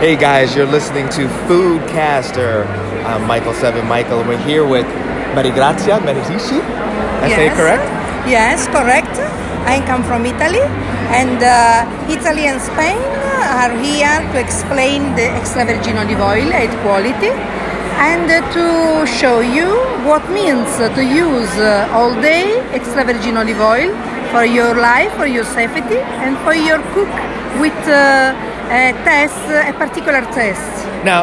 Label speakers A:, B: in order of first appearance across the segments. A: Hey guys, you're listening to Foodcaster. I'm Michael Seven Michael, and we're here with Marigrazia Merisici. I say it
B: Yes.
A: correct?
B: Yes, correct. I come from Italy, and uh, Italy and Spain are here to explain the extra virgin olive oil at quality and uh, to show you what means to use uh, all day extra virgin olive oil for your life, for your safety, and for your cook with uh, a test, a particular test.
A: Now,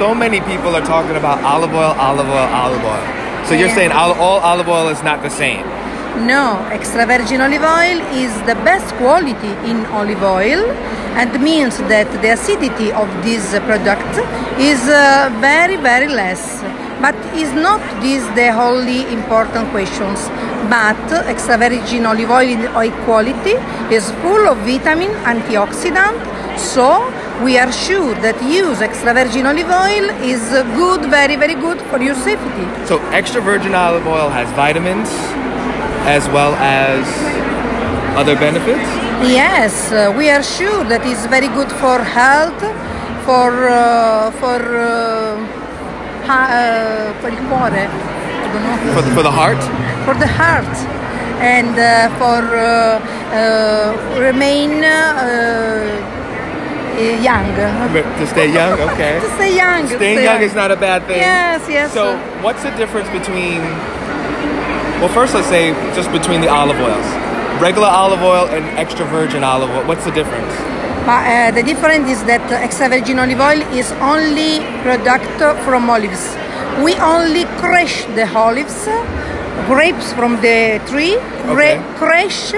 A: so many people are talking about olive oil, olive oil, olive oil. So you're
B: Yeah.
A: saying all, all olive oil is not the same.
B: No, extra virgin olive oil is the best quality in olive oil and means that the acidity of this product is uh, very very less. But is not this the only important questions? But extra virgin olive oil in high quality is full of vitamin, antioxidant, so we are sure that use extra virgin olive oil is uh, good, very very good for your safety.
A: So extra virgin olive oil has vitamins as well as other benefits.
B: Yes, uh, we are sure that it's very good for health, for uh, for uh, ha- uh, per il cuore, I don't know,
A: For the, for the heart,
B: for the heart, and uh, for uh, uh, remain uh, uh, young.
A: to stay young, okay.
B: To stay young. to
A: Staying
B: stay
A: young is not a bad thing.
B: Yes, yes.
A: So, what's the difference between, well, first let's say just between the olive oils, regular olive oil and extra virgin olive oil. What's the difference?
B: But uh, the difference is that extra virgin olive oil is only product from olives. We only crush the olives, grapes from the tree,
A: Okay.
B: gra- crush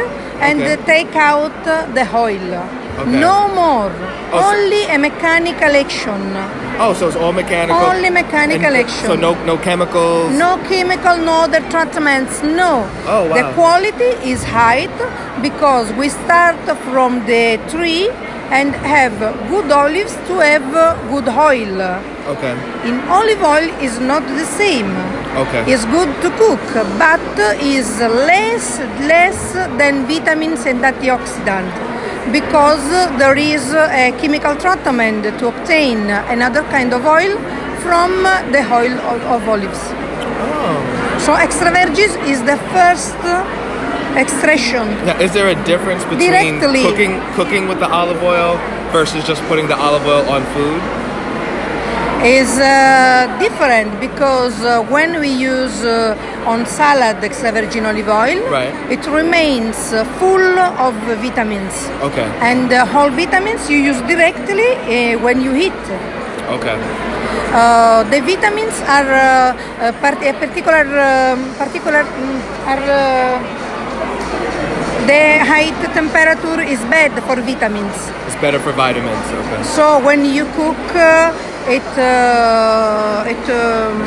B: and
A: Okay.
B: take out the oil.
A: Okay.
B: No more.
A: Oh, so-
B: only a mechanical action.
A: Oh, so it's all mechanical.
B: Only mechanical
A: And-
B: action.
A: So no no chemicals.
B: No chemical, no other treatments, no.
A: Oh, wow.
B: The quality is high because we start from the tree and have good olives to have good oil.
A: Okay.
B: In olive oil is not the same.
A: Okay.
B: It's good to cook, but is less less than vitamins and antioxidant because there is a chemical treatment to obtain another kind of oil from the oil of- of olives.
A: Oh.
B: So extra virgin is the first extraction.
A: Now, is there a difference between
B: Directly.
A: cooking cooking with the olive oil versus just putting the olive oil on food?
B: is uh, different because uh, when we use uh, on salad extra virgin olive oil,
A: Right.
B: it remains uh, full of vitamins.
A: Okay.
B: And uh, whole vitamins you use directly uh, when you eat.
A: Okay.
B: Uh, the vitamins are uh, uh, part- a particular um, particular mm, are uh, the high temperature is bad for vitamins.
A: It's better for vitamins. Okay.
B: So when you cook, uh, it uh, it um,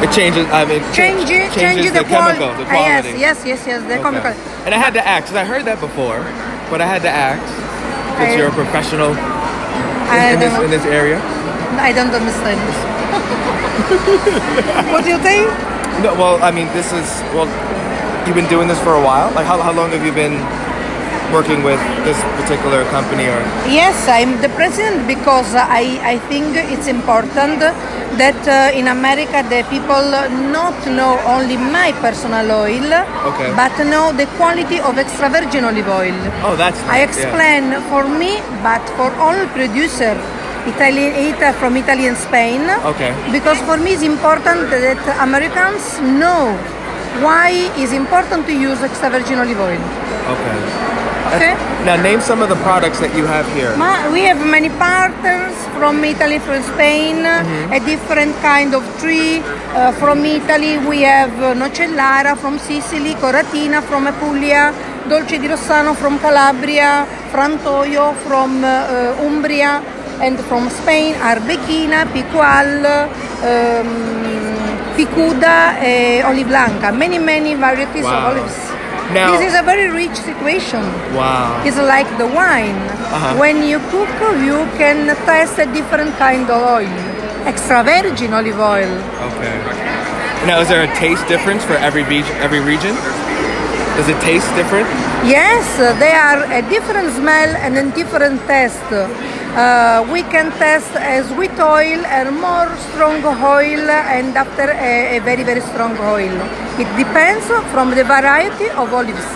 A: It changes. I mean, cha-
B: change
A: changes
B: change
A: the,
B: quali-
A: chemical, the
B: Ah, yes,
A: quality.
B: yes, yes, yes, the
A: Okay.
B: chemical.
A: And I had to ask, 'cause I heard that before, but I had to ask that
B: I-
A: you're a professional in,
B: I
A: in this, in
B: don't,
A: this area.
B: um, I don't understand. what do you think?
A: No, well, I mean, this is well, you've been doing this for a while. Like, how, how long have you been working with this particular company? Or
B: Yes, I'm the president because I, I think it's important that uh, in America the people not know only my personal oil,
A: Okay.
B: but know the quality of extra virgin olive oil.
A: oh, that's
B: I
A: nice, yeah.
B: explain for me, but for all producer, Italian, Ita from Italy and Spain.
A: Okay.
B: Because for me it's important that Americans know why it's important to use extra virgin olive oil.
A: Okay.
B: Okay.
A: Now, name some of the products that you have here.
B: Ma- we have many partners from Italy, from Spain, a different kind of tree. Uh, from Italy we have uh, Nocellara, from Sicily, Coratina, from Apulia, Dolce di Rossano from Calabria, Frantoio from uh, uh, Umbria, and from Spain Arbequina, Picual, um, Picuda, eh, Oliblanca. Many, many varieties
A: Wow.
B: of olives.
A: Now-
B: this is a very rich situation.
A: Wow.
B: It's like the wine. When you cook, you can taste a different kind of oil, extra virgin olive oil.
A: Okay. Now, is there a taste difference for every region? Every region? Does it taste different?
B: Yes, they are a different smell and a different taste. Uh, we can test a sweet oil and more strong oil and after a, a very very strong oil. It depends from the variety of olives.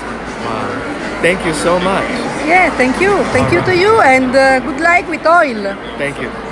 A: Thank you so much.
B: Yeah, thank you, thank you to you, and uh, good luck with oil.
A: Thank you.